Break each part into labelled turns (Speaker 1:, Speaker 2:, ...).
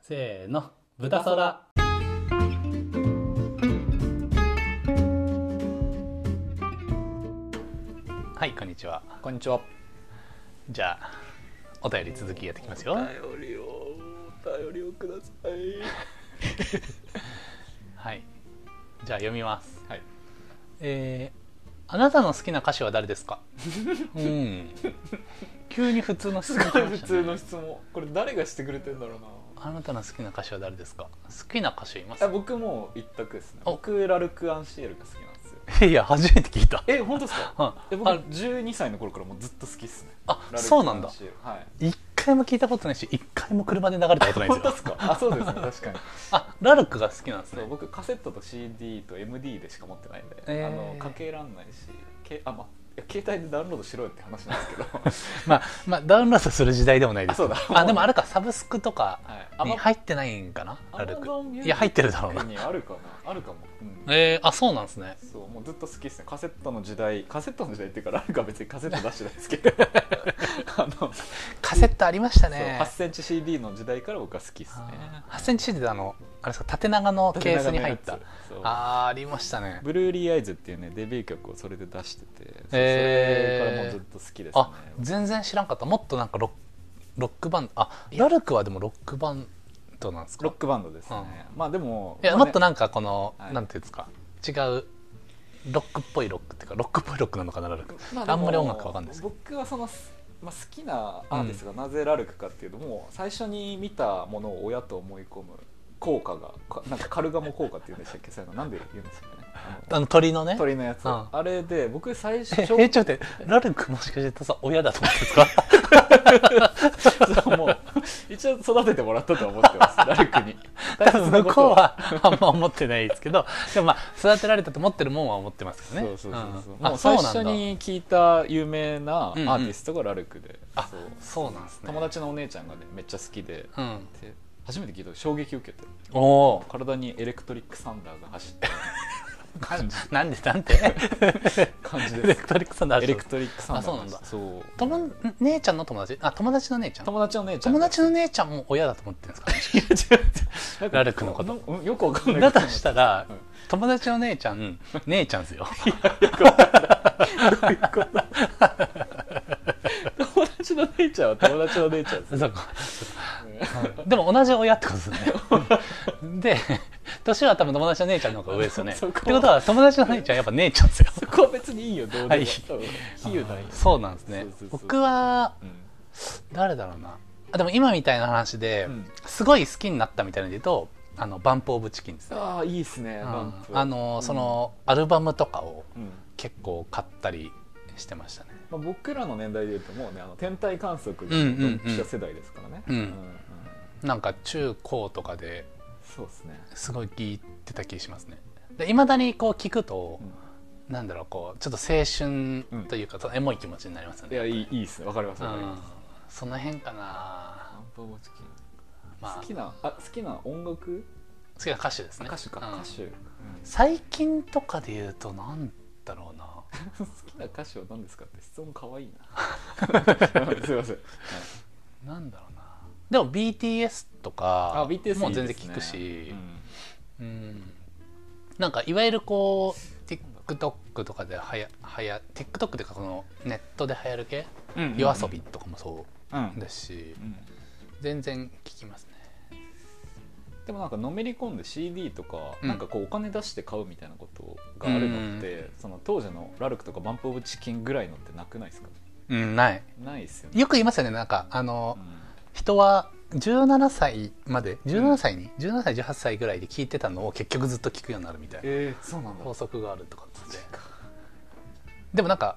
Speaker 1: せーの豚そらはいこんにちは
Speaker 2: こんにちは。
Speaker 1: じゃあお便り続きやっていきますよ
Speaker 2: 便りを、お便りをください。
Speaker 1: はいじゃあ読みます
Speaker 2: はい。
Speaker 1: えーあなたの好きな歌手は誰 ですかうん急に普通の質
Speaker 2: す
Speaker 1: 問
Speaker 2: ご
Speaker 1: 来ま
Speaker 2: い普
Speaker 1: したね
Speaker 2: 通の質問。これ誰がしてくれてんだろうな。
Speaker 1: あなたの好きな歌手は誰ですか好きな歌手います
Speaker 2: あ僕も一択ですね。
Speaker 1: お
Speaker 2: 僕ラルク・アンシエルが好きなんですよ。
Speaker 1: いや初めて聞いた。
Speaker 2: え、本当ですか
Speaker 1: うん
Speaker 2: え僕
Speaker 1: あ
Speaker 2: 12歳の頃からもうずっと好きっすね。
Speaker 1: あ
Speaker 2: ラルク
Speaker 1: そうなんだ
Speaker 2: アンシエルはい。
Speaker 1: 一回も聞いたことないし一回も車で流れたことないん
Speaker 2: 本
Speaker 1: で
Speaker 2: 当
Speaker 1: す
Speaker 2: で
Speaker 1: よ
Speaker 2: すか。あ、そうですね。確かに。
Speaker 1: あラルクが好きなんです
Speaker 2: そ
Speaker 1: ね
Speaker 2: う僕カセットと CD と MD でしか持ってないんで、
Speaker 1: えー
Speaker 2: あのかけらんないし、けあまいや携帯でダウンロードしろよって話なんですけ ど。
Speaker 1: まあ、まあ、ダウンロードする時代でもないですけど
Speaker 2: あ そうだ
Speaker 1: でもあれかサブスクとか
Speaker 2: はい。
Speaker 1: に入ってないんかなラルク
Speaker 2: Amazon Music
Speaker 1: いや入ってるだろうな
Speaker 2: にあるかなあるかも、うん
Speaker 1: えー、あそうなんですね
Speaker 2: そうもうずっと好きですねカセットの時代カセットの時代っていうからルカは別にカセット出してないですけど あの、
Speaker 1: カセットありましたね
Speaker 2: 8センチ CD の時代から僕は好きですね
Speaker 1: 8センチであのあれですか縦長のケースに入った
Speaker 2: そう
Speaker 1: あーありましたね
Speaker 2: ブルーリーアイズっていうねデビュー曲をそれで出しててそうそ
Speaker 1: え
Speaker 2: れ
Speaker 1: ー
Speaker 2: からもうずっと好きですね
Speaker 1: あ全然知らんかったもっとなんかロックロックバンドあラルクはでもロックバンドなんですか
Speaker 2: ロックバンドですね、まあでも
Speaker 1: いや、
Speaker 2: まあ
Speaker 1: も
Speaker 2: ね
Speaker 1: っとなんかこの、
Speaker 2: はい
Speaker 1: なんていうんですか違うロックっぽいロックっていうかロックっぽいロックなのかなラルク
Speaker 2: ま
Speaker 1: あんまり音楽わかんないですけ
Speaker 2: 僕はその、まあ、好きなアーティストがなぜラルクかっていうと、もう最初に見たものを親と思い込む効果がかなんかカルガモ効果っていうんでしたっけそういうのなんで言うんですかねあ
Speaker 1: あの鳥のね
Speaker 2: の鳥のやつ、
Speaker 1: うん
Speaker 2: あれで僕最初
Speaker 1: ええちょっと待ってラルクもしかしてさ親だと思ってん ですか
Speaker 2: そうもう一応育ててもらったとは思ってますラルクに
Speaker 1: 多分向こうはあんま思ってないですけどでもまあ育てられたと思ってるもんは思ってますけど
Speaker 2: そ
Speaker 1: ね
Speaker 2: うそうそうそう、
Speaker 1: ん
Speaker 2: も
Speaker 1: あ
Speaker 2: う最
Speaker 1: そうな
Speaker 2: 初
Speaker 1: んだ
Speaker 2: に聞いた有名なア
Speaker 1: うんうん
Speaker 2: ーティストがラルクで、
Speaker 1: あ
Speaker 2: そう
Speaker 1: そうなんですね
Speaker 2: 友達のお姉ちゃんがねめっちゃ好きで
Speaker 1: うん
Speaker 2: で初めて聞いた時衝撃受けて
Speaker 1: おお
Speaker 2: 体にエレクトリックサンダーが走 ってる感じ
Speaker 1: なんでなん で
Speaker 2: 感じ
Speaker 1: エ
Speaker 2: で
Speaker 1: レ
Speaker 2: す
Speaker 1: クトリックさんのあ
Speaker 2: エ
Speaker 1: る
Speaker 2: レクトリックサンダ
Speaker 1: あ
Speaker 2: ー
Speaker 1: そうなんだ
Speaker 2: そう
Speaker 1: 友ん姉ちゃんの友達あ友達の姉ちゃん
Speaker 2: 友達の姉ちゃん
Speaker 1: 友達の姉ちゃんも親だと思ってるんですか
Speaker 2: いや違う違う
Speaker 1: ラルクのこと
Speaker 2: うんよくわかんない
Speaker 1: だとしたら
Speaker 2: うん
Speaker 1: 友達の姉ちゃん姉ちゃん ですよ
Speaker 2: 友達の姉ちゃんは友達の姉ちゃんです
Speaker 1: そうかでも同じ親ってことです ねで年は多分友達の姉ちゃんの方が上ですよねって
Speaker 2: そ
Speaker 1: こ
Speaker 2: こと
Speaker 1: は友達の姉ちゃんやっぱ姉ちゃんですよ
Speaker 2: そこは別にいいよどうでも、
Speaker 1: はい
Speaker 2: 多分比喩なんよ
Speaker 1: そうなんですね
Speaker 2: そうそうそう
Speaker 1: 僕は
Speaker 2: うん
Speaker 1: 誰だろうなあでも今みたいな話で、
Speaker 2: うん
Speaker 1: すごい好きになったみたいなので言うとあのバンプ・オブ・チキンですね、
Speaker 2: ああいいですね、
Speaker 1: うん
Speaker 2: バンプ
Speaker 1: あのそ、のアルバムとかを
Speaker 2: うんうん
Speaker 1: 結構買ったりしてましたね
Speaker 2: まあ、僕らの年代でいうともうねあの天体観
Speaker 1: う
Speaker 2: 測が
Speaker 1: んうんうん
Speaker 2: 読者世代ですからね、
Speaker 1: うん
Speaker 2: ん
Speaker 1: なんか中高とかで
Speaker 2: そうですね、
Speaker 1: すごい聞いてた気しますねいまだにこう聞くと、なんだろうこうちょっと青春というか、そのエモい気持ちになりますよ
Speaker 2: い
Speaker 1: ね
Speaker 2: やいいいいっすねわかります
Speaker 1: う
Speaker 2: わかり
Speaker 1: ん
Speaker 2: ます、
Speaker 1: その辺かな、
Speaker 2: アンパンマンチキン
Speaker 1: まあ、
Speaker 2: 好
Speaker 1: 好
Speaker 2: きなあ好きな音楽
Speaker 1: きな歌手ですね
Speaker 2: 歌手か、
Speaker 1: うん
Speaker 2: 歌手、
Speaker 1: 最近とかで言うとなんだろうな
Speaker 2: 好きな歌手は何ですかって質問可愛い なすいません、
Speaker 1: なんだろうなでも BTS とか
Speaker 2: あ BTS
Speaker 1: も
Speaker 2: いう
Speaker 1: い全
Speaker 2: いですね
Speaker 1: 然聞くし
Speaker 2: うん
Speaker 1: うんなんかいわゆるこう TikTok とかではやはや TikTok っていうかこのネットで流行る系、
Speaker 2: うん
Speaker 1: 夜遊びとかもそ
Speaker 2: うん
Speaker 1: うですし
Speaker 2: うん
Speaker 1: 全然聞きますね
Speaker 2: でもなんかのめり込んで CD とか、
Speaker 1: うん
Speaker 2: なんかこうお金出して買うみたいなことがあるのって、その当時のラルクとかバンプ・オブ・チキンぐらいのってなくないですか
Speaker 1: うんない
Speaker 2: ないっすよね、
Speaker 1: よく言いますよねなんかあの、
Speaker 2: う
Speaker 1: 人は17歳まで17歳に、17歳18歳ぐらいで聞いてたのを結局ずっと聞くようになるみたい
Speaker 2: ん
Speaker 1: な
Speaker 2: えー、そうなんだ
Speaker 1: 法則があるとかってでもなんか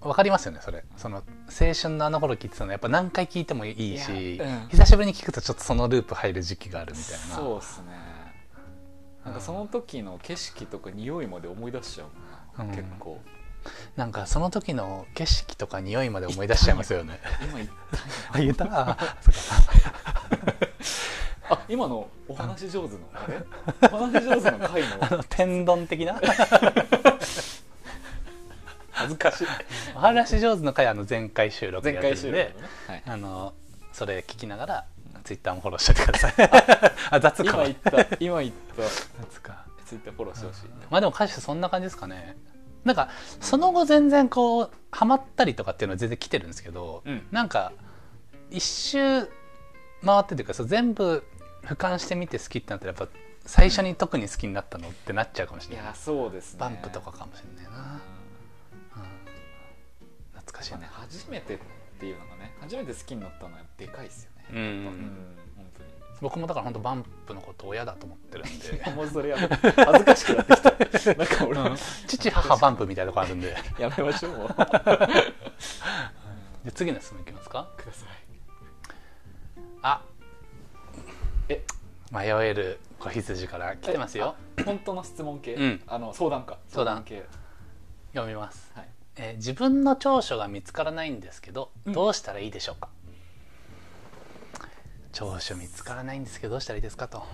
Speaker 1: 分かりますよねそれその青春のあの頃聞いてたのやっぱ何回聞いてもいいし
Speaker 2: いやうん
Speaker 1: 久しぶりに聞くとちょっとそのループ入る時期があるみたいな
Speaker 2: そうっすねなんかその時の景色とか匂いまで思い出しちゃうもん
Speaker 1: う
Speaker 2: な、
Speaker 1: ん
Speaker 2: 結構
Speaker 1: なんかその時の景色とか匂いまで思い出しちゃいますよ ね
Speaker 2: 今い
Speaker 1: あ言えた あ
Speaker 2: あ今のお話上手 のあれお話上手の回
Speaker 1: あ
Speaker 2: の
Speaker 1: の天丼的な
Speaker 2: 恥ずかしい
Speaker 1: お話し上手の回あの前回収録
Speaker 2: 前
Speaker 1: やって
Speaker 2: 回
Speaker 1: る
Speaker 2: 収
Speaker 1: ん
Speaker 2: 録のね
Speaker 1: で、
Speaker 2: はい、
Speaker 1: あのそれ聞きながらツイッターもフォローしててく ださいあ雑か
Speaker 2: 今言った今言った
Speaker 1: 雑か
Speaker 2: ツイッターフォローしてほしい、
Speaker 1: まあでも歌手そんな感じですかねなんかその後全然こうハマったりとかっていうのは全然来てるんですけど、
Speaker 2: うん
Speaker 1: なんか一周回ってというかそう全部俯瞰してみて好きってなったらやっぱ最初に特に好きになったのってなっちゃうかもし
Speaker 2: い
Speaker 1: れない、
Speaker 2: やそうですね
Speaker 1: バンプとかかもしれないな、
Speaker 2: う
Speaker 1: うん懐かしい
Speaker 2: んまあね
Speaker 1: ね
Speaker 2: 初めてっていうのがね初めて好きになったのはでかいですよね
Speaker 1: うん
Speaker 2: やっぱ本当に
Speaker 1: 僕もだから本当バンプのこと親だと思ってるんで、
Speaker 2: もうそれやめ恥ずかしくなってき たなんか俺、
Speaker 1: うん父母バンプみたいなとこあるんで
Speaker 2: やめましょ うもう
Speaker 1: で次の質問いきますか
Speaker 2: ください
Speaker 1: あ
Speaker 2: え
Speaker 1: 迷える子羊から来てますよ
Speaker 2: 本当の質問系、
Speaker 1: うん
Speaker 2: あの相談か
Speaker 1: 相談
Speaker 2: 系
Speaker 1: 読みます、
Speaker 2: はい
Speaker 1: えー自分の長所が見つからないんですけど
Speaker 2: うん
Speaker 1: どうしたらいいでしょうか、長所見つからないんですけどどうしたらいいですかと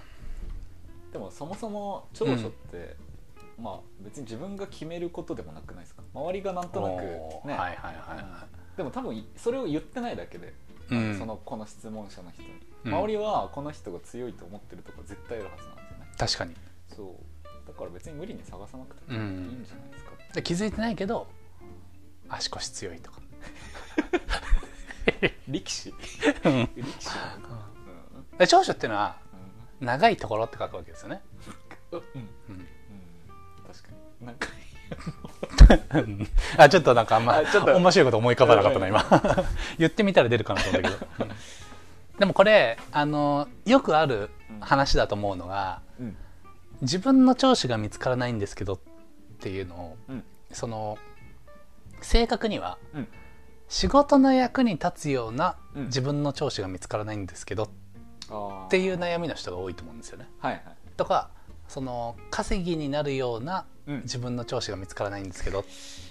Speaker 2: でもそもそも長所って、まあ別に自分が決めることでもなくないですか周りがなんとなく
Speaker 1: おー
Speaker 2: ね、
Speaker 1: はいはいはいは
Speaker 2: うんでも多分それを言ってないだけで、
Speaker 1: い、うん
Speaker 2: そのこの質問者の人に、
Speaker 1: うん
Speaker 2: 周りはこの人が強いと思ってるとか絶対あるはずなんですよね
Speaker 1: 確かに
Speaker 2: そうだから別に無理に探さなくてもいい
Speaker 1: うん
Speaker 2: んじゃないですか、
Speaker 1: で気づいてないけど足腰強いとか
Speaker 2: 力 士
Speaker 1: うん
Speaker 2: 力士なのかうん
Speaker 1: で長所っていうのは長いところって書くわけですよね、
Speaker 2: うん
Speaker 1: うん
Speaker 2: うん確かになんか
Speaker 1: うんあちょっとなんかあんま
Speaker 2: あちょっと
Speaker 1: 面白いこと思い浮かばなかったな
Speaker 2: う
Speaker 1: 今 言ってみたら出るかなと思ったけど、うんでもこれあのよくある話だと思うのが
Speaker 2: うん
Speaker 1: 自分の長所が見つからないんですけどっていうのを
Speaker 2: うん
Speaker 1: その正確には
Speaker 2: うん
Speaker 1: 仕事の役に立つような
Speaker 2: うん
Speaker 1: 自分の長所が見つからないんですけどっ
Speaker 2: って
Speaker 1: いう悩みの人が多いと思うんですよね。
Speaker 2: はいはい
Speaker 1: とかその稼ぎになるような
Speaker 2: うん
Speaker 1: 自分の長所が見つからないんですけどっ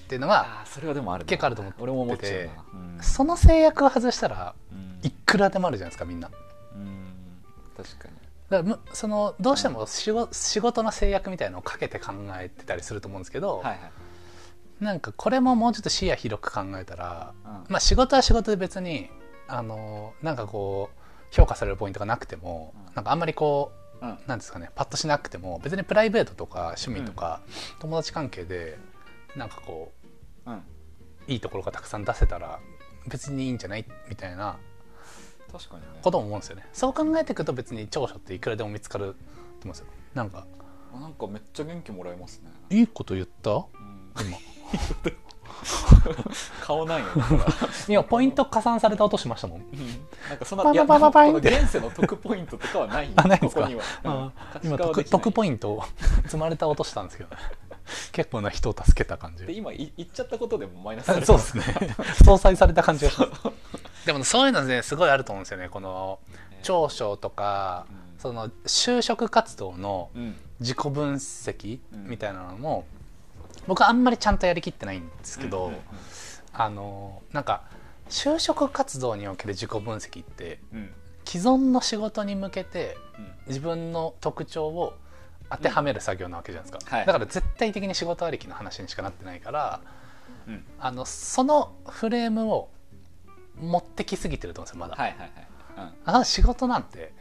Speaker 1: ていうのは、
Speaker 2: あーそれはでもあるな
Speaker 1: 結構あると思ってて
Speaker 2: 俺も思っちゃうなうん
Speaker 1: その制約を外したら
Speaker 2: うん
Speaker 1: いくらでもあるじゃないですかみんなだか
Speaker 2: うん確から
Speaker 1: むそのどうしても仕事仕事の制約みたいのをかけて考えてたりすると思うんですけど、
Speaker 2: にはいはい
Speaker 1: なんかこれももうちょっと視野広く考えたら、
Speaker 2: うん
Speaker 1: まあ、仕事は仕事で別にあのなんかこう評価されるポイントがなくても、
Speaker 2: うん
Speaker 1: なんかあんまりこう
Speaker 2: うん
Speaker 1: なんですかねパッとしなくても別にプライベートとか趣味とか、友達関係でなんかこう
Speaker 2: うん
Speaker 1: いいところがたくさん出せたら別にいいんじゃないみたいな
Speaker 2: 確かにね
Speaker 1: ことも思うんですよねそう考えていくと別に長所っていくらでも見つかると思うんですよなんか
Speaker 2: あなんかめっちゃ元気もらえますね
Speaker 1: いいこと言った
Speaker 2: うん
Speaker 1: 今
Speaker 2: 顔ないよだから
Speaker 1: 今ポイント加算された音しましたもん
Speaker 2: なんかそんな
Speaker 1: パンパンパンパン
Speaker 2: いや
Speaker 1: って
Speaker 2: この現世の得ポイントとかはない
Speaker 1: あないんですか
Speaker 2: ここにはうん
Speaker 1: 今
Speaker 2: 可視化はで
Speaker 1: 得
Speaker 2: きない
Speaker 1: 得ポイントを 積まれた音したんですけどね結構な人を助けた感
Speaker 2: で
Speaker 1: じ
Speaker 2: 今い言っちゃったことでもマイナスさ
Speaker 1: あ
Speaker 2: れ る
Speaker 1: そうですね相殺された感じがでもそういうのねすごいあると思うんですよねこの
Speaker 2: ね
Speaker 1: 長所とか
Speaker 2: うん
Speaker 1: その就職活動の
Speaker 2: うん
Speaker 1: 自己分析みたいなのも僕はあんまりちゃんとやりきってないんですけど、
Speaker 2: うん
Speaker 1: あのなんか就職活動における自己分析って
Speaker 2: うん
Speaker 1: 既存の仕事に向けて
Speaker 2: うん
Speaker 1: 自分の特徴を当てはめる作業なわけじゃないですか、
Speaker 2: うんはい
Speaker 1: だから絶対的に仕事ありきの話にしかなってないから
Speaker 2: うん
Speaker 1: あのそのフレームを持ってきすぎてると思うんですよまだ、
Speaker 2: はいはいはい
Speaker 1: あの仕事なんて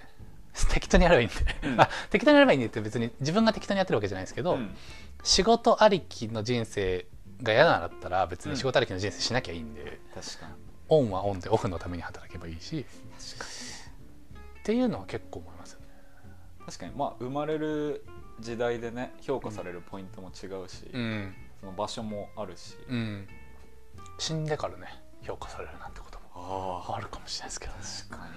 Speaker 1: 適当にやればいいんで、
Speaker 2: う ん
Speaker 1: あ適当にやればいいんでって別に自分が適当にやってるわけじゃないですけ
Speaker 2: う
Speaker 1: ど、
Speaker 2: んうん
Speaker 1: 仕事ありきの人生が嫌なんだったら別に仕事ありきの人生しなきゃいいんで、
Speaker 2: 確かに
Speaker 1: オンはオンでオフのために働けばいいしっていうのは結構思いますよね。
Speaker 2: 確かにまあ生まれる時代でね評価されるポイントも違うし、
Speaker 1: うん
Speaker 2: その場所もあるし、
Speaker 1: うん、死んでからね評価されるなんてことも
Speaker 2: あ
Speaker 1: あるかもしれないですけど、
Speaker 2: あ確かにね、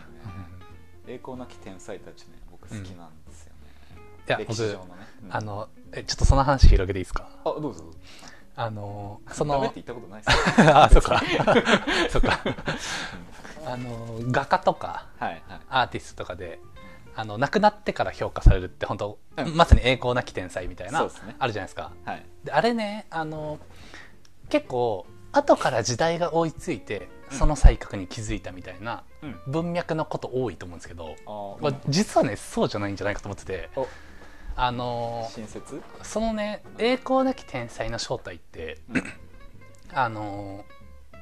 Speaker 2: 栄光なき天才たちね僕好きなんですよね、
Speaker 1: いや
Speaker 2: 歴史上
Speaker 1: 僕
Speaker 2: のね、うん
Speaker 1: あのえちょっとその話広げていいですか
Speaker 2: あどうぞどうぞ
Speaker 1: あのそ
Speaker 2: ダメ
Speaker 1: の
Speaker 2: って言ったことないですよ
Speaker 1: あそっかそっかあの画家とか
Speaker 2: はいはい
Speaker 1: アーティストとかであの亡くなってから評価されるって本当、
Speaker 2: うん
Speaker 1: まさに栄光なき天才みたいな、
Speaker 2: そうですね
Speaker 1: あるじゃないですか
Speaker 2: はい
Speaker 1: であれねあの結構後から時代が追いついて
Speaker 2: うん
Speaker 1: その才覚に気づいたみたいな
Speaker 2: うん
Speaker 1: 文脈のこと多いと思うんですけど、
Speaker 2: あー
Speaker 1: まあ実はねそうじゃないんじゃないかと思ってて
Speaker 2: お
Speaker 1: あの
Speaker 2: 親切
Speaker 1: そのね栄光なき天才の正体って、
Speaker 2: うん
Speaker 1: あの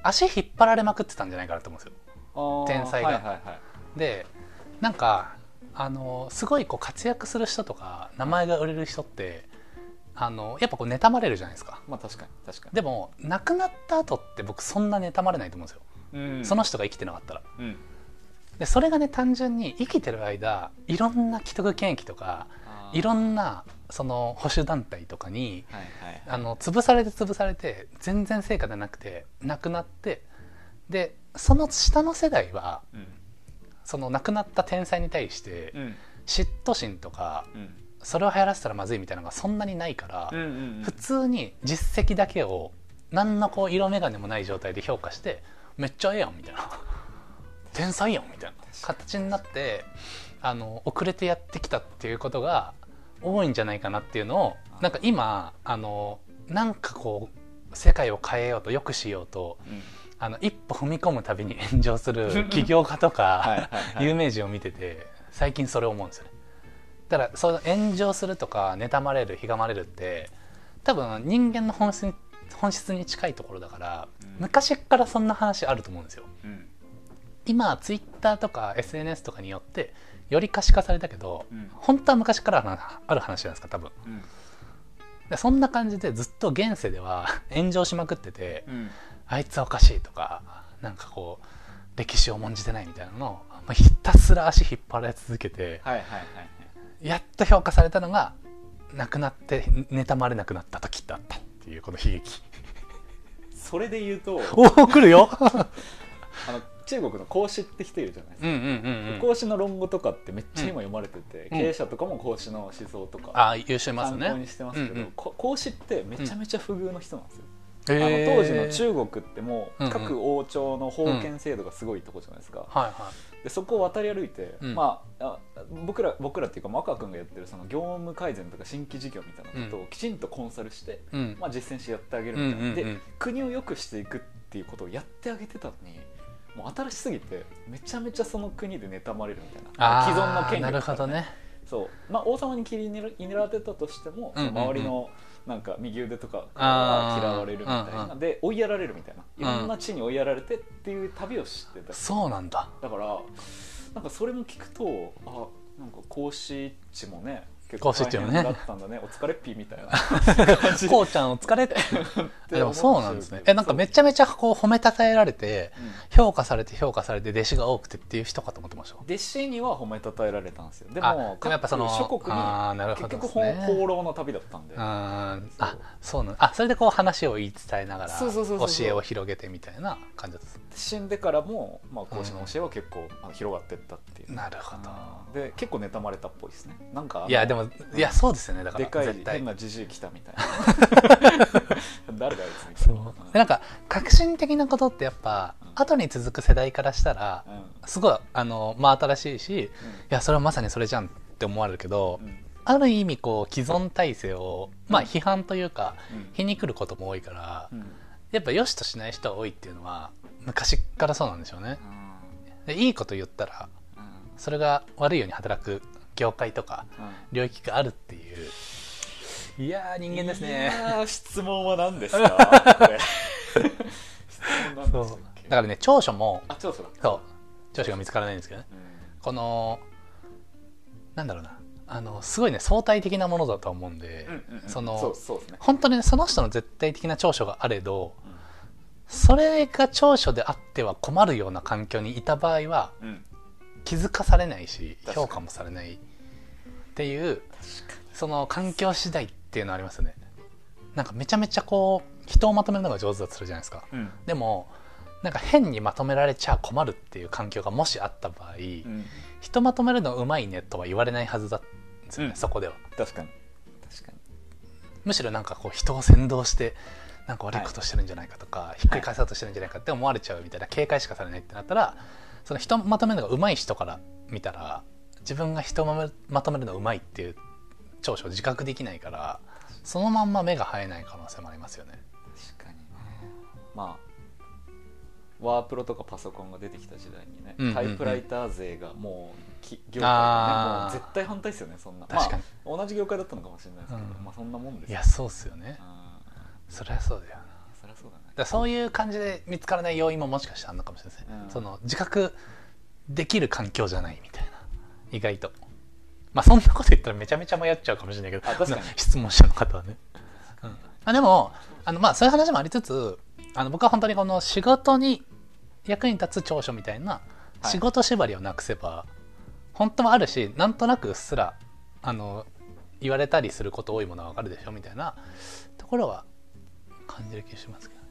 Speaker 1: 足引っ張られまくってたんじゃないかなと思うんですよ天才が
Speaker 2: はいはいはい
Speaker 1: でなんかあのすごいこう活躍する人とか名前が売れる人ってあのやっぱこう妬まれるじゃないですか
Speaker 2: まあ確かに確か
Speaker 1: でも亡くなった後って僕そんな妬まれないと思うんですよ、
Speaker 2: に、うん
Speaker 1: その人が生きてなかったら
Speaker 2: うん
Speaker 1: でそれがね単純に生きてる間いろんな既得権益とか
Speaker 2: あー
Speaker 1: いろんなその保守団体とかに
Speaker 2: はいはい
Speaker 1: あの潰されて潰されて全然成果じゃなくて亡くなってでその下の世代は
Speaker 2: うん
Speaker 1: その亡くなった天才に対して
Speaker 2: うん
Speaker 1: 嫉妬心とか
Speaker 2: うん
Speaker 1: それを流行らせたらまずいみたいなのがそんなにないから
Speaker 2: うんうん
Speaker 1: 普通に実績だけを何のこう色眼鏡もない状態で評価してめっちゃええやんみたいな 天才やんみたいな形になってあの遅れてやってきたっていうことが多いんじゃないかなっていうのをなんか今あのなんかこう世界を変えようと良くしようと
Speaker 2: うん
Speaker 1: あの一歩踏み込むたびに炎上 する起業家とか、
Speaker 2: はいはいはい
Speaker 1: 有名人を見てて最近それを思うんですよねだからその炎上するとか妬まれるひがまれるって多分人間の本質に本質に近いところだから、
Speaker 2: うん
Speaker 1: 昔からそんな話あると思うんですよ
Speaker 2: うん
Speaker 1: 今ツイッターとか SNS とかによってより可視化されたけど、
Speaker 2: うん
Speaker 1: 本当は昔からなある話じゃないですか多分
Speaker 2: うん
Speaker 1: でそんな感じでずっと現世では炎上しまくってて、
Speaker 2: うん
Speaker 1: あいつはおかしいとかなんかこう歴史を重んじてないみたいなのをまあひたすら足引っ張られ続けて、
Speaker 2: はいはいはいはい
Speaker 1: やっと評価されたのがなくなって妬まれなくなった時だったっていうこの悲劇
Speaker 2: それで言うと
Speaker 1: おお来るよ
Speaker 2: あの中国の孔子って人いるじゃないです
Speaker 1: うんうん
Speaker 2: か
Speaker 1: うん、うん、
Speaker 2: 孔子の論語とかってめっちゃ今読まれてて、
Speaker 1: うん
Speaker 2: 経営者とかも孔子の思想とか
Speaker 1: ああ優秀いますよ
Speaker 2: 参考に
Speaker 1: ね
Speaker 2: してます
Speaker 1: うん
Speaker 2: け
Speaker 1: う
Speaker 2: ど
Speaker 1: ん
Speaker 2: こ孔子ってめちゃめちゃ不遇の人なんですよ、
Speaker 1: あ
Speaker 2: あの当時の中国っても
Speaker 1: うんう
Speaker 2: うん各王朝の封建制度がすごいとこじゃないですか、
Speaker 1: はいは
Speaker 2: でそこを渡り歩いて、
Speaker 1: うん
Speaker 2: まあ、あ僕ら僕らっていうかマカ君がやってるその業務改善とか新規事業みたいなことをきちんとコンサルして、
Speaker 1: いうん、
Speaker 2: まあ、実践してやってあげるみたいな、
Speaker 1: うんうんうん
Speaker 2: で国を良くしていくっていうことをやってあげてたのにもう新しすぎてめちゃめちゃその国で妬まれるみたいな
Speaker 1: あ
Speaker 2: 既
Speaker 1: ー
Speaker 2: 存の権力
Speaker 1: なるほどね
Speaker 2: そうまあ王様に切り狙われてたとしても、
Speaker 1: うんうんうん
Speaker 2: 周りのなんか右腕とか
Speaker 1: あ
Speaker 2: が
Speaker 1: ー
Speaker 2: 嫌われるみたいな、
Speaker 1: うんうん
Speaker 2: で追いやられるみたいない
Speaker 1: うん
Speaker 2: ろんな地に追いやられてっていう旅をしてた、
Speaker 1: そうなん だ
Speaker 2: だからなんかそれも聞くとあなんか孔子地もね結
Speaker 1: 孔子地もね
Speaker 2: 大変だったんだねお疲れっぴみたい な感じ
Speaker 1: こうちゃんお疲 れって
Speaker 2: って
Speaker 1: でもそうなんですね
Speaker 2: 思っちゃうけど
Speaker 1: えなんかめちゃめちゃこう褒めたたえられて
Speaker 2: そううん
Speaker 1: 評価されて評価されて弟子が多くてっていう人かと思ってました
Speaker 2: 弟子には褒めたたえられたんですよで
Speaker 1: あ
Speaker 2: も
Speaker 1: でもやっぱその
Speaker 2: 各諸国に
Speaker 1: あーなるほ
Speaker 2: 結
Speaker 1: どですね
Speaker 2: 局放放浪の旅だったんで
Speaker 1: あーあそうなんあそれでこう話を言い伝えながら
Speaker 2: そうそうそうそうそ
Speaker 1: 教
Speaker 2: う
Speaker 1: えを広げてみたいな感じです
Speaker 2: 死んでからも、まあ、孔子の教えは結構、あの広がってったっていう
Speaker 1: なるほど
Speaker 2: で結構妬まれたっぽいですねなんかあの
Speaker 1: いやでもいやそうですよねだか
Speaker 2: で
Speaker 1: ら
Speaker 2: かい
Speaker 1: 絶対
Speaker 2: 変なじじい来たみたい な誰だあいつみた
Speaker 1: そ
Speaker 2: いな
Speaker 1: うでなんか革新的なことってやっぱ
Speaker 2: うん
Speaker 1: 後に続く世代からしたら
Speaker 2: うん
Speaker 1: すごいあの真新しいしいやそれはまさにそれじゃんって思われるけど
Speaker 2: うんうん
Speaker 1: ある意味こう既存体制をまあ批判というか
Speaker 2: うん
Speaker 1: 皮肉ることも多いから
Speaker 2: うん
Speaker 1: やっぱ良しとしない人が多いっていうのは昔からそうなんでしょうねでいいこと言ったら
Speaker 2: うん
Speaker 1: それが悪いように働く業界とか
Speaker 2: うん
Speaker 1: 領域があるっていういやー人間ですね
Speaker 2: いやー質問は何です かこれ
Speaker 1: そう
Speaker 2: 質問何でしたっけ
Speaker 1: だからね長所も
Speaker 2: あそうそう
Speaker 1: そう長所が見つからないんですけどね
Speaker 2: うん
Speaker 1: このなんだろうなあのすごいね相対的なものだと思うんで、
Speaker 2: うんうんうん
Speaker 1: その
Speaker 2: そうそうですね
Speaker 1: 本当にねその人の絶対的な長所があれどそれが長所であっては困るような環境にいた場合は
Speaker 2: うんうん
Speaker 1: 気づかされないし
Speaker 2: 確かに
Speaker 1: 評価もされないっていうその環境次第っていうのありますよねなんかめちゃめちゃこう人をまとめるのが上手だとするじゃないですか
Speaker 2: うん
Speaker 1: でもなんか変にまとめられちゃ困るっていう環境がもしあった場合、
Speaker 2: うん
Speaker 1: 人まとめるのうまいねとは言われないはずだったんですよね、
Speaker 2: うん
Speaker 1: そこでは
Speaker 2: 確かに確かに
Speaker 1: むしろなんかこう人を先導してなんか悪いことしてるんじゃないかとか、ひっくり返そうとしてるんじゃないかって思われちゃうみたいな警戒しかされないってなったらその人まとめるのがうまい人から見たら自分が人をまめまとめるのうまいっていう長所を自覚できないからそのまんま目が生えない可能性もありますよね。
Speaker 2: 確かにねまあワープロとかパソコンが出てきた時代にね、
Speaker 1: うんうんうん
Speaker 2: タイプライター勢がもうき業界
Speaker 1: あー
Speaker 2: はねもう絶対反対ですよねそんな
Speaker 1: 確かに
Speaker 2: まあ、同じ業界だったのかもしれないですけど、
Speaker 1: うん
Speaker 2: まあそんなもんです
Speaker 1: い
Speaker 2: よ
Speaker 1: やそうっすよね
Speaker 2: うん
Speaker 1: そりゃそうだよな
Speaker 2: そりゃそうだね
Speaker 1: だからそういう感じで見つからない要因ももしかしたらあるのかもしれないですね、
Speaker 2: うん
Speaker 1: その自覚できる環境じゃないみたいな意外とまあそんなこと言ったらめちゃめちゃ迷っちゃうかもしれないけど
Speaker 2: あ確かに
Speaker 1: 質問者の方はね、うんあでもあのまあそういう話もありつつあの僕は本当にこの仕事に役に立つ長所みたいな
Speaker 2: はい
Speaker 1: 仕事縛りをなくせば、本当はあるしなんとなくうっすらあの言われたりすること多いものはわかるでしょみたいなところは感じる気がしますけどね、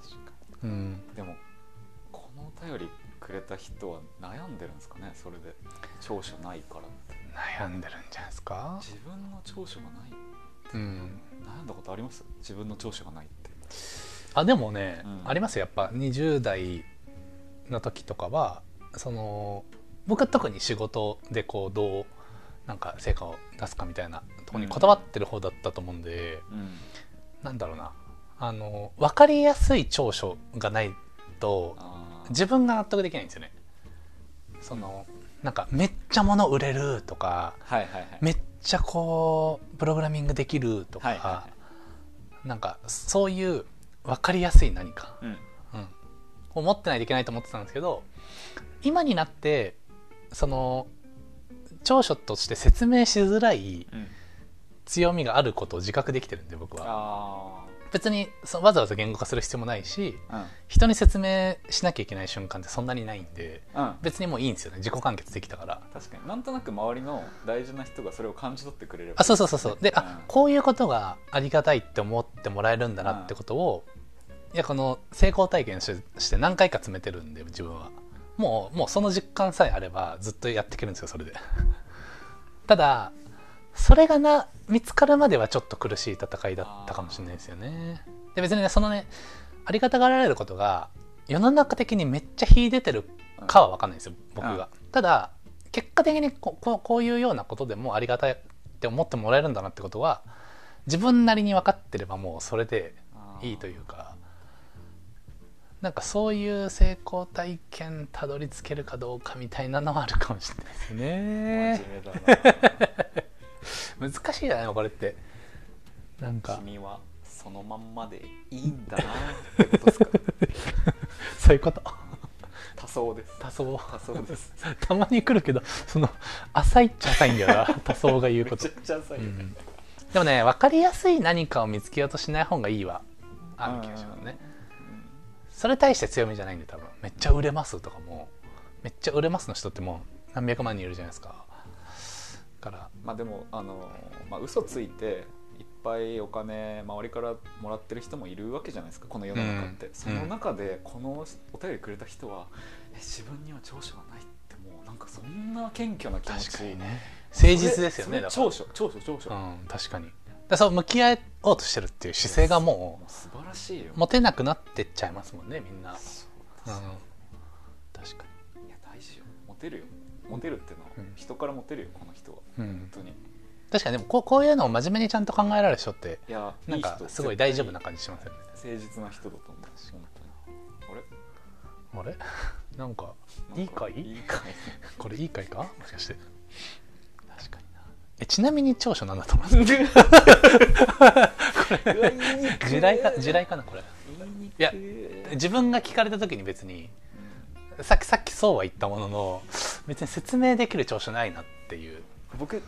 Speaker 2: 確か
Speaker 1: うん、
Speaker 2: にでもこのお便りくれた人は悩んでるんですかねそれで長所ないからって
Speaker 1: 悩んでるんじゃないですか、
Speaker 2: 自分の長所がない
Speaker 1: うん、
Speaker 2: 悩んだことあります自分の長所がないって
Speaker 1: あでもね、
Speaker 2: うん
Speaker 1: ありますよやっぱ20代の時とかはその僕は特に仕事でこうどうなんか成果を出すかみたいなところにこだわってる方だったと思うんで、
Speaker 2: うん
Speaker 1: なんだろうなあの分かりやすい長所がないと
Speaker 2: あー
Speaker 1: 自分が納得できないんですよね。そのなんかめっちゃ物売れるとか
Speaker 2: はいはいはい
Speaker 1: めっちゃこうプログラミングできるとか、
Speaker 2: はいは
Speaker 1: なんかそういう分かりやすい何か、
Speaker 2: うん
Speaker 1: うん、を持ってないといけないと思ってたんですけど今になってその長所として説明しづらい
Speaker 2: うん
Speaker 1: 強みがあることを自覚できてるんで僕は
Speaker 2: あ
Speaker 1: 別にそのわざわざ言語化する必要もないし
Speaker 2: あ
Speaker 1: 人に説明しなきゃいけない瞬間ってそんなにないんで
Speaker 2: うんうん
Speaker 1: 別にもういいんですよね自己完結できたから
Speaker 2: 確かになんとなく周りの大事な人がそれを感じ取ってくれれば
Speaker 1: あそうそうそうそうで、
Speaker 2: うん
Speaker 1: あこういうことがありがたいって思ってもらえるんだなってことを、いやこの成功体験しして何回か詰めてるんで自分はもうもうその実感さえあればずっとやっていけるんですよそれで ただそれがな見つかるまではちょっと苦しい戦いだったかもしれないですよねで別にねそのねありがたがられることが世の中的にめっちゃ秀でてるかは分かんないですよ僕が、ただ結果的にここうこういうようなことでもありがたいって思ってもらえるんだなってことは自分なりに分かってればもうそれで
Speaker 2: あー
Speaker 1: いいというかなんかそういう成功体験たどり着けるかどうかみたいなのはあるかもしれないです
Speaker 2: 真
Speaker 1: ね
Speaker 2: 面目だ
Speaker 1: 難しいじゃないのこれってなん
Speaker 2: な
Speaker 1: か
Speaker 2: 君はそのまんまでいいん だなってことですか
Speaker 1: そういうこと
Speaker 2: 多層です
Speaker 1: 多層
Speaker 2: 多層です
Speaker 1: たまに来るけどその浅いっちゃ浅いんだよな多層が言う
Speaker 2: め
Speaker 1: こ
Speaker 2: ち
Speaker 1: と
Speaker 2: ゃ、くちゃ浅い、
Speaker 1: うんでもね分かりやすい何かを見つけようとしない方がいいはある気がしますねそれ対して強みじゃないんで多分めっちゃ売れますとかもめっちゃ売れますの人ってもう何百万人いるじゃないですかだから
Speaker 2: まあでもあの、まあ、嘘ついていっぱいお金周りからもらってる人もいるわけじゃないですかこの世の中って、
Speaker 1: うん
Speaker 2: その中でこのお便りくれた人は、え自分には長所がないってもうなんかそんな謙虚な気持ち
Speaker 1: 確かに
Speaker 2: ね
Speaker 1: ね誠実ですよねだか
Speaker 2: 長所長所長所、
Speaker 1: らうん確かにだからそう向き合おうとしてるっていう姿勢がも
Speaker 2: もう素晴らしいよ
Speaker 1: う持てなくなってっちゃいますもんねみんな、うん、
Speaker 2: そうですよ
Speaker 1: 確か
Speaker 2: いや大事よモテるよモテるってのは
Speaker 1: うん
Speaker 2: 人からモテるよこの人は
Speaker 1: に、う
Speaker 2: 本
Speaker 1: ん、
Speaker 2: 当に
Speaker 1: 確かにでもこうこういうのを真面目にちゃんと考えられる人って
Speaker 2: いや
Speaker 1: なん
Speaker 2: い
Speaker 1: か
Speaker 2: 人
Speaker 1: すごい大丈夫な
Speaker 2: 絶
Speaker 1: 感じしますよね
Speaker 2: 対誠実な人だと思う本当に
Speaker 1: あれ なんか
Speaker 2: あれ
Speaker 1: いいかい
Speaker 2: いいかい
Speaker 1: これいい回かもしかして確かになえちなみに長所なんだと思 う
Speaker 2: うわ言いにくい
Speaker 1: 地雷か地雷かなこれ
Speaker 2: 言いにくい
Speaker 1: いや自分が聞かれた時に別にさっきさっきそうは言ったものの別に説明できる長所ないなっていう、
Speaker 2: 僕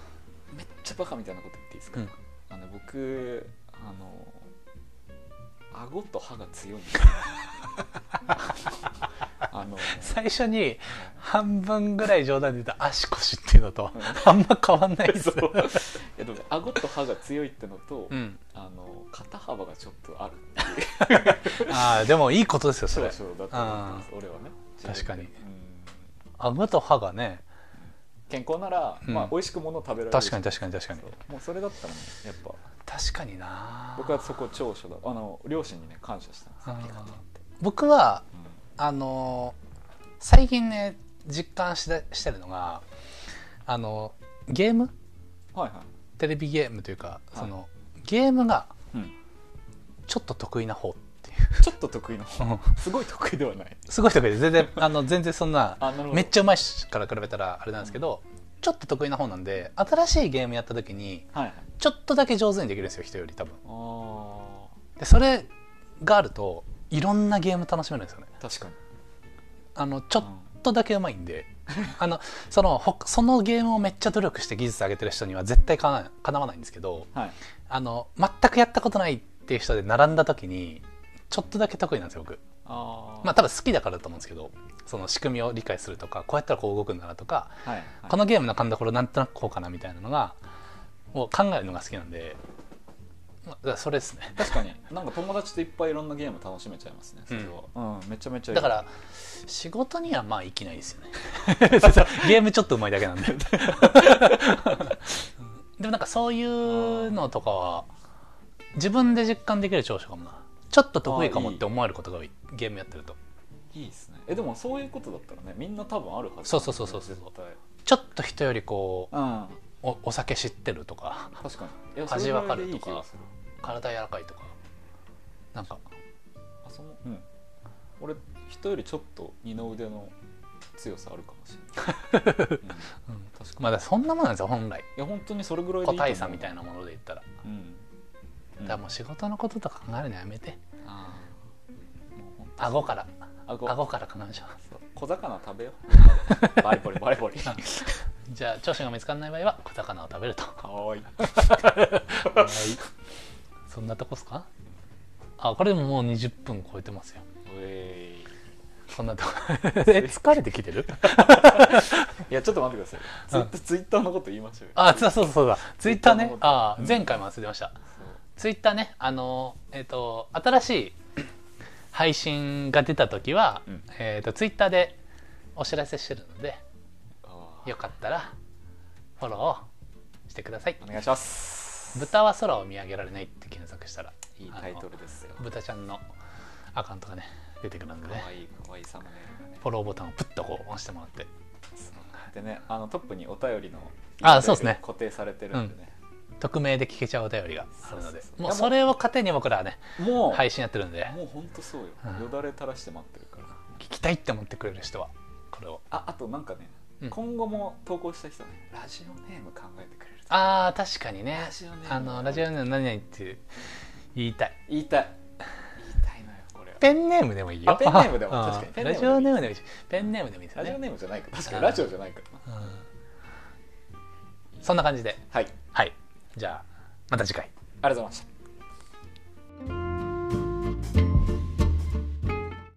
Speaker 2: めっちゃバカみたいなこと言っていいですか、
Speaker 1: うん
Speaker 2: あの僕あの顎と歯が強いんです よあの
Speaker 1: 最初に半分ぐらい冗談で言った足腰っていうのとあんま変わんないです
Speaker 2: そういやでも顎と歯が強いってのと、
Speaker 1: うん、
Speaker 2: あの肩幅がちょっとある
Speaker 1: ああでもいいことですよそ
Speaker 2: 少
Speaker 1: れ
Speaker 2: 々だと思ってます俺はね
Speaker 1: 確かに
Speaker 2: 自分でうん
Speaker 1: 顎と歯がね
Speaker 2: 健康なら、
Speaker 1: うん
Speaker 2: まあ、美味しくものを食べられる
Speaker 1: 確かに確かに確かに
Speaker 2: そうもうそれだったらねやっぱ
Speaker 1: 確かにな
Speaker 2: 僕はそこ長所だあの両親にね感謝したんで
Speaker 1: あ
Speaker 2: す
Speaker 1: ー
Speaker 2: ありがとうって、
Speaker 1: 僕は
Speaker 2: うん
Speaker 1: あのー最近ね実感してしてるのがあのゲーム
Speaker 2: はいは
Speaker 1: テレビゲームというか、
Speaker 2: い
Speaker 1: そのゲームが
Speaker 2: い、うん
Speaker 1: ちょっと得意な方 ってい
Speaker 2: ちょっと得意な方
Speaker 1: う
Speaker 2: すごい得意ではない
Speaker 1: すごい得意で 全然あの全然そんな
Speaker 2: あなるほど
Speaker 1: めっちゃうまい人から比べたらあれなんですけど、ちょっと得意な方なんで新しいゲームやった時に
Speaker 2: はいはい
Speaker 1: ちょっとだけ上手にできるんですよ人より多分
Speaker 2: あ
Speaker 1: でそれがあるといろんなゲーム楽しめるんですよね
Speaker 2: ー確かに
Speaker 1: あのちょっとだけうまいんで、 あのそのほそのゲームをめっちゃ努力して技術上げてる人には絶対かなかなわないんですけど
Speaker 2: はい
Speaker 1: あの全くやったことないっていう人で並んだ時にちょっとだけ得意なんですよ僕
Speaker 2: あー
Speaker 1: まあ多分好きだからだと思うんですけどその仕組みを理解するとかこうやったらこう動くんだなとか
Speaker 2: はいはい
Speaker 1: このゲームの勘どころなんとなくこうかなみたいなのがを考えるのが好きなんで、まあだからそれですね
Speaker 2: 確かになんか友達といっぱいいろんなゲーム楽しめちゃいますねそれは、うんめちゃめちゃいい
Speaker 1: だから仕事にはまあ生きないですよね そうそうゲームちょっとうまいだけなん ででもなんかそういうのとかは自分で実感できる長所かもなちょっと得意かもって思えることが多いゲームやってると
Speaker 2: いいですねえでもそういうことだったらねみんな多分あるはず
Speaker 1: そうそうそうそう
Speaker 2: 絶対
Speaker 1: ちょっと人よりこう
Speaker 2: うん
Speaker 1: おお酒知ってるとか
Speaker 2: 確かにいや
Speaker 1: 味わかるとか
Speaker 2: それぐらいでいい気がする
Speaker 1: 体柔らかいとかなんか
Speaker 2: あそのうん俺人よりちょっと二の腕の強さあるかもし れない、うん、確かに
Speaker 1: まあだからそんなもんなんですよ本来
Speaker 2: いや本当にそれぐらいでい
Speaker 1: 個
Speaker 2: いと思う
Speaker 1: 体差みたいなもので言ったら、
Speaker 2: うん、う
Speaker 1: だ
Speaker 2: ん
Speaker 1: からもう仕事のこととか考えるのやめて
Speaker 2: あーもうほん
Speaker 1: 顎から
Speaker 2: 顎
Speaker 1: 顎から考えましょう
Speaker 2: そう小魚食べよ うバリバリバリバリ
Speaker 1: じゃあ長所が見つからない場合は小魚を食べると
Speaker 2: かわいい
Speaker 1: はいそんなとこっすかあこれでももう20分超えてますよ
Speaker 2: えい
Speaker 1: そんなとこ え疲れてきてる
Speaker 2: いやちょっと待ってくださいずっとツイッターのこと言いましょうよ
Speaker 1: あそうそうそうだツイッターね
Speaker 2: Twitter のこと
Speaker 1: あー前回も忘れましたツイッターねあのえっ、と新しい配信が出た時は、
Speaker 2: うん
Speaker 1: えっ、とツイッターでお知らせしてるので
Speaker 2: そう
Speaker 1: よかったらフォローしてください
Speaker 2: お願いします
Speaker 1: 豚は空を見上げられないって検索したら
Speaker 2: いいタイトルですよ
Speaker 1: あの豚ちゃんのアカウントがね出てくるの
Speaker 2: か
Speaker 1: でね
Speaker 2: わいいかわいいサムネイルがね
Speaker 1: フォローボタンをプッとこう押してもらって
Speaker 2: でねあのトップにお便りの
Speaker 1: あそうですね
Speaker 2: 固定されてるんでね、
Speaker 1: 匿名で聞けちゃうお便りがあるので
Speaker 2: そうそうそう
Speaker 1: もうそれを糧に僕らはね
Speaker 2: もう、
Speaker 1: 配信やってるんで
Speaker 2: もうほんとそうよ、
Speaker 1: うん
Speaker 2: よだれ垂らして待ってるから
Speaker 1: 聞きたいって思ってくれる人はこれを
Speaker 2: ああとなんかね、
Speaker 1: うん
Speaker 2: 今後も投稿した人ねラジオネーム考えてくれると
Speaker 1: あー確かにね
Speaker 2: ラジオネーム
Speaker 1: あのラジオネーム何々って言いたい
Speaker 2: 言いたい言いたいのよこれは
Speaker 1: ペンネームでもいいよ
Speaker 2: あペンネームでも
Speaker 1: うん
Speaker 2: 確かにペンネームでもい
Speaker 1: ラ
Speaker 2: い
Speaker 1: ジオネームでもいいしペンネームでもいいですよ
Speaker 2: ラジオ
Speaker 1: ね
Speaker 2: ネームじゃないから確か
Speaker 1: あ
Speaker 2: に
Speaker 1: ー
Speaker 2: ラジオじゃないからな
Speaker 1: うんそんな感じで
Speaker 2: はいありがとう
Speaker 1: はいじゃあまた次回
Speaker 2: ございました